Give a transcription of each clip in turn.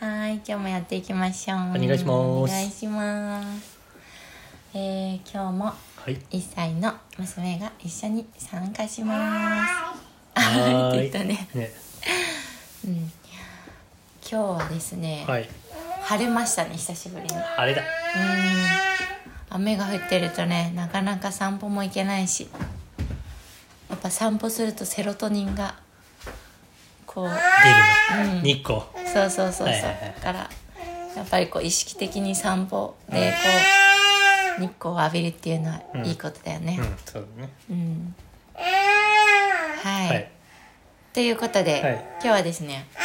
はい、今日もやっていきましょう。お願いしますお願いします。えー、今日もはい。一歳の娘が一緒に参加します。はあ、ー言いったね。ね。うん。今日はですね、はい。晴れましたね、久しぶりに。あれだ。雨が降ってるとね、なかなか散歩も行けないし、やっぱ散歩するとセロトニンがこう。出るの。日光。そうそうそうそう、はいはいはいだからやっぱりこう意識的に散歩でこう日光を浴びるっていうのはいいことだよねうん、そうだね。うん、はい、はい。ということで、はい今日はですねち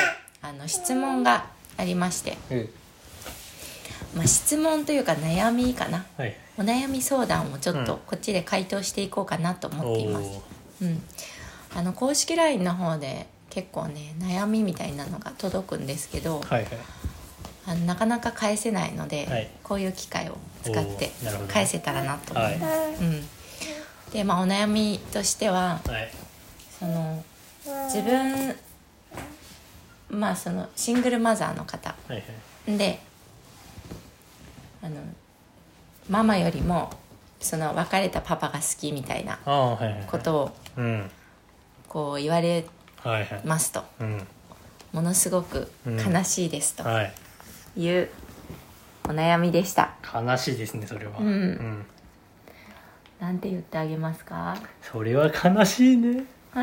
ょっとあの質問がありまして、うん。まあ、質問というか悩みかなはい。お悩み相談をちょっうとんこっちで回答していこうかなと思おっています、お。うん、あの公式 LINE の方で結構ね悩みみたいなのが届くんですけど、はいはい。あのなかなか返せないので、はいこういう機会を使っておーなるほどね返せたらなと思はいいます、うん、でまあお悩みとしてははい。その自分まあそのシングルマザーの方はいはい。であのママよりもその別れたパパが好きみたいなああ、はいはい。こ。とをうん。こう言われはいはい。ますとうん。ものすごく悲しいですとはい。いうお悩みでした。悲しいですね、それは。うんうん。なんて言ってあげますかそれは悲し いね。悲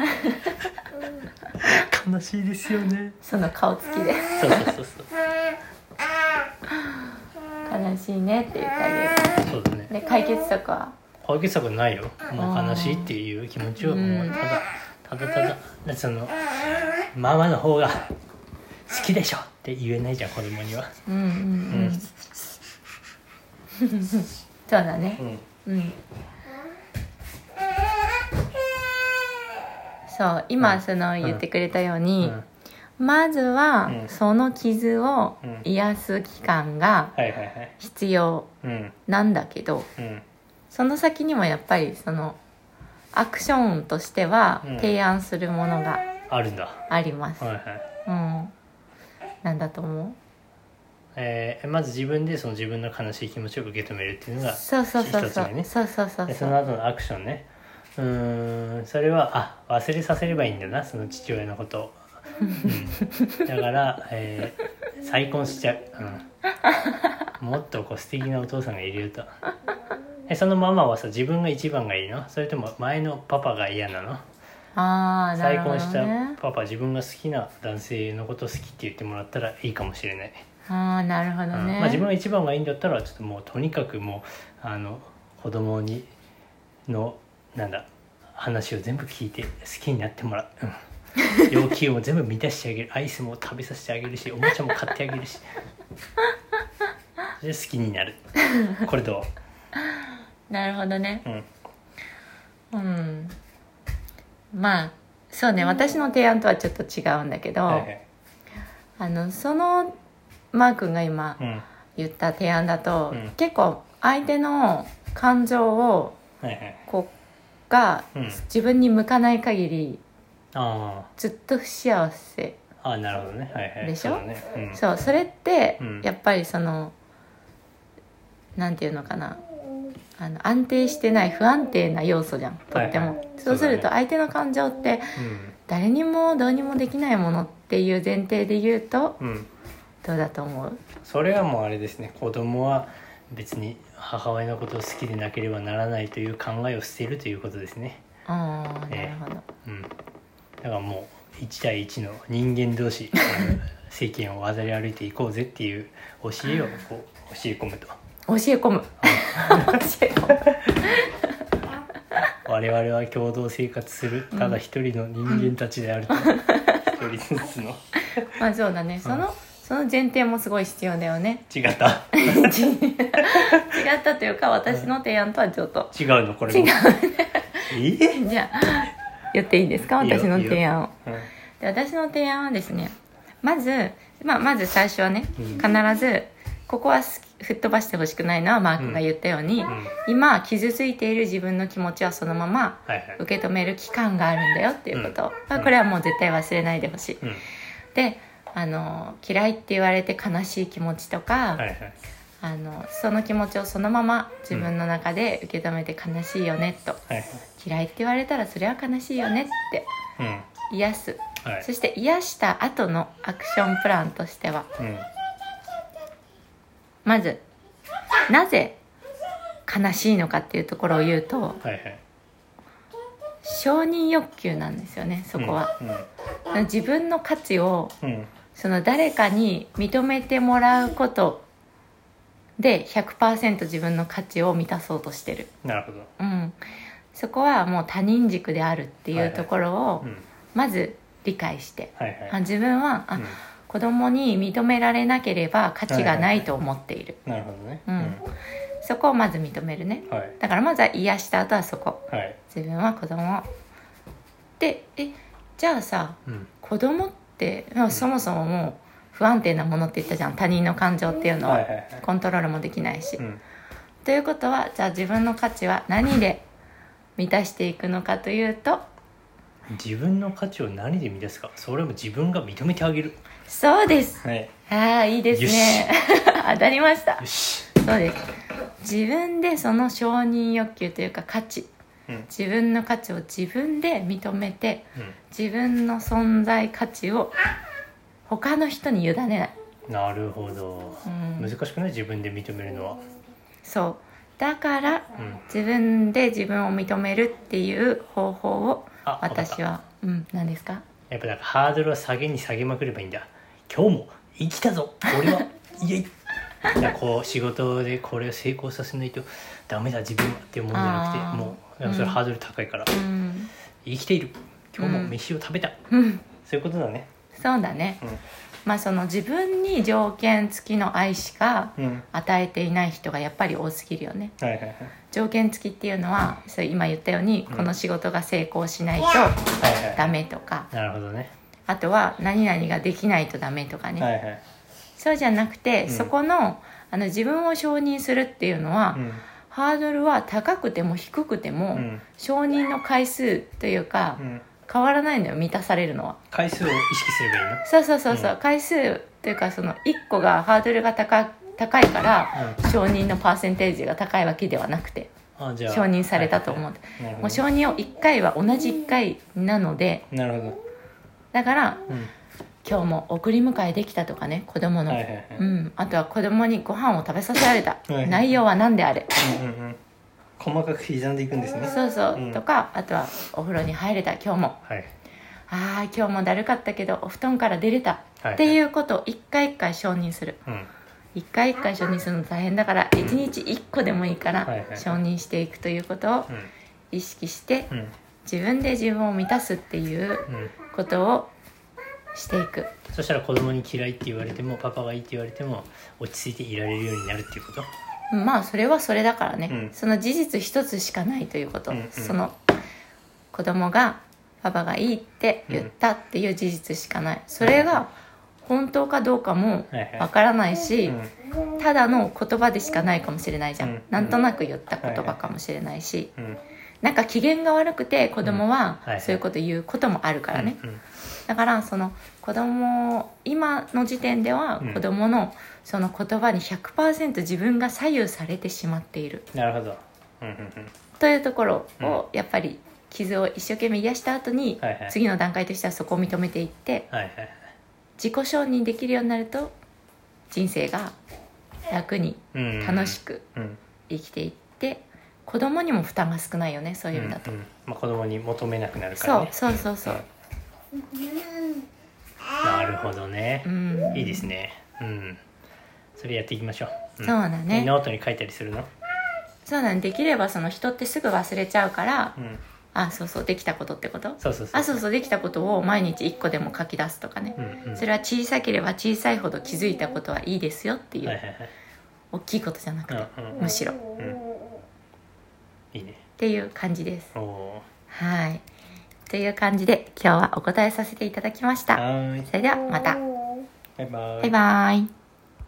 しいですよね。その顔つきでそうそうそうそう。悲しいねって言ってあげそうだね。るで解決策は解決策ないよもあーう悲しいっていう気持ちはもうんうただただただだそのママの方が好きでしょって言えないじゃん子供にはうんうんうん、うんそうだねうんそう今その言ってくれたよううんにはまずはうんその傷をうん癒す期間がいはいはい必要うんなんだけどうんその先にもやっぱりそのアクションとしてはうん提案するものがあるんだありますはいはいうんなんだと思えーまず自分でその自分の悲しい気持ちを受け止めるっていうのうがそうそうそう一つそう、目ねそうそうそうでそそうの後のアクションねうーんそれはあ忘れさせればいいんだなその父親のことを、うん、だから、えー再婚しちゃう、うん、もっとこう素敵なお父さんがいるよとえそのママはさ自分が一番がいいのそれとも前のパパが嫌なのああな再るほど婚したねパパ自分が好きな男性のこと好きって言ってもらったらいいかもしれないああなるほどうんね、まあ、自分が一番がいいんだったらちょっともうとにかくもうあの子供にのなんだ話を全部聞いて好きになってもらう、うん、要求も全部満たしてあげるアイスも食べさせてあげるしおもちゃも買ってあげるしで好きになるこれどなるほどねう、うん、うんまあそうね私の提案とはちょっと違うんだけど、はいはいあのそのマー君が今うんは言った提案だと、うん結構相手の感情をいはいこうがうん自分に向かない限りあずっと不幸せーあーなるほどねはいはいでしょそうだねうんそうそれってうんやっぱりその、なんていうのかなあの安定してない不安定な要素じゃんとっても、はいはいそうするそとうだね相手の感情って誰にもどうにもできないものっていう前提で言うとうん、うんどうだと思うそれはもうあれですね子供は別に母親のことを好きでなければならないという考えを捨てるということですねああなるええほど、うんだからもう1対1の人間同士 世間を渡り歩いていこうぜっていう教えをこう教え込むと 教え込む教え込む我々は共同生活するただ一人の人間たちであると、一人ずつのまあそうだねその、その前提もすごい必要だよね違った違ったというか私の提案とはちょっと違うのこれも違えじゃあ言っていいですかいいよ私の提案をうんで私の提案はですねまず、まあ、まず最初はね、うん必ずここはす吹っ飛ばしてほしくないのはマー君が言ったように、うん今傷ついている自分の気持ちはそのままはいはい受け止める期間があるんだよっていうこと、うんこれはもう絶対忘れないでほしいうんであの嫌いって言われて悲しい気持ちとか、はいはいあのその気持ちをそのまま自分の中で受け止めて悲しいよねと、はい嫌いって言われたらそれは悲しいよねってうん癒すはいそして癒した後のアクションプランとしてはうんまずなぜ悲しいのかっていうところを言うとはいはい承認欲求なんですよねそこは、う自分の価値をんうんその誰かに認めてもらうことで100%自分の価値を満たそうとしてるなるほどうんそこはもう他人軸であるっていはいはういところをうんまず理解して、はいはあい自分はあ、うん子供に認められなければ価値がないと思っている、なるほどねうんそこをまず認めるねはいだからまずは癒した後はそこはい自分は子供でえじゃあさうん子供ってまあそもそももう不安定なものって言ったじゃん他人の感情っていうのは、はいはいはいコントロールもできないし、うんということはじゃあ自分の価値は何で満たしていくのかというと自分の価値を何で満たすかそれも自分が認めてあげるそうですはいああいいですよね 当たりましたよしそうです自分でその承認欲求というか価値うん自分の価値を自分で認めてう自分の存在価値を他の人に委ねないんなるほどうん難しくない自分で認めるのはそうだからうん自分で自分を認めるっていう方法をあ私はうん何ですかやっぱなんかハードルを下げに下げまくればいいんだ今日も生きたぞ俺はイエイだからこう仕事でこれを成功させないとダメだ自分はって思うんじゃなあーくてもうなんかそれうんハードル高いから、うん生きている今日も飯を食べた、うんそういうことだねそうだねまあその自分に条件付きの愛しかうん、うん、与えていない人がやっぱり多すぎるよねはいはいはい条件付きっていうのはそう今言ったようにうんこの仕事が成功しないとはいはいダメとかなるほどねあとは何々ができないとダメとかね、はいはいそうじゃなくて、んそこのあの自分を承認するっていうのは、うんハードルは高くても低くても、うん承認の回数というか、うん変わらないのよ満たされるのは回数を意識すればいいのそうそうそうそう、回数というかその1個がハードルが高高いから、承認のパーセンテージが高いわけではなくてあじゃあ承認されたと思う、はいはいはいもう承認を1回は同じ1回なのでなるほどなるほだからど、うん、今日も送り迎えできたとかね子供の、はいはいはいうん、あとは子供にご飯を食べさせられた、はい内容は何であれうんうんうん細かく刻んでいくんですねそうそう、うんとかあとはお風呂に入れた今日もはいああ今日もだるかったけどお布団から出れた、はいっていうことを一回一回承認するうん一回一回承認するの大変だから一日一個でもいいからはいはい承認していくということをう意識してんうん自分で自分を満たすっていううんことをしていくそしたら子供に嫌いって言われてもパパがいいって言われても落ち着いていられるようになるっていうことまあそれはそれだからね、うんその事実一つしかないということ、うんうんその子供がパパがいいって言ったっていう事実しかないそれが本当かどうかもわからないし、うんただの言葉でしかないかもしれないじゃん、うんなんとなく言った言葉かもしれないし、うんなんか機嫌が悪くて子供はうんはいはいそういうこと言うこともあるからね、うんだからその子供今の時点ではうん子供のその言葉に100%自分が左右されてしまっているなるほどうんうんうんというところをやっぱり傷を一生懸命癒した後にはいはい次の段階としてはそこを認めていってはいはい自己承認できるようになると人生が楽にうん楽しくうん生きていって子供にも負担が少ないよねそういう意味だと、うんうんまあ、子供に求めなくなるかそらうねそうそうそうなるほどねう、んいいですねうんそれやっていきましょう、そんうだねノートに書いたりするのそうなんできればその人ってすぐ忘れちゃうから、うんあそうそうできたことってことそうそうそうあそうそうできたことを毎日1個でも書き出すとかね、うんうんそれは小さければ小さいほど気づいたことはいいですよっていう、はいはいはい大きいことじゃなくて、うんうんむしろっいいねていう感じですおおはいという感じで今日はお答えさせていただきましーたはーいそれではまたバイバイバイバイ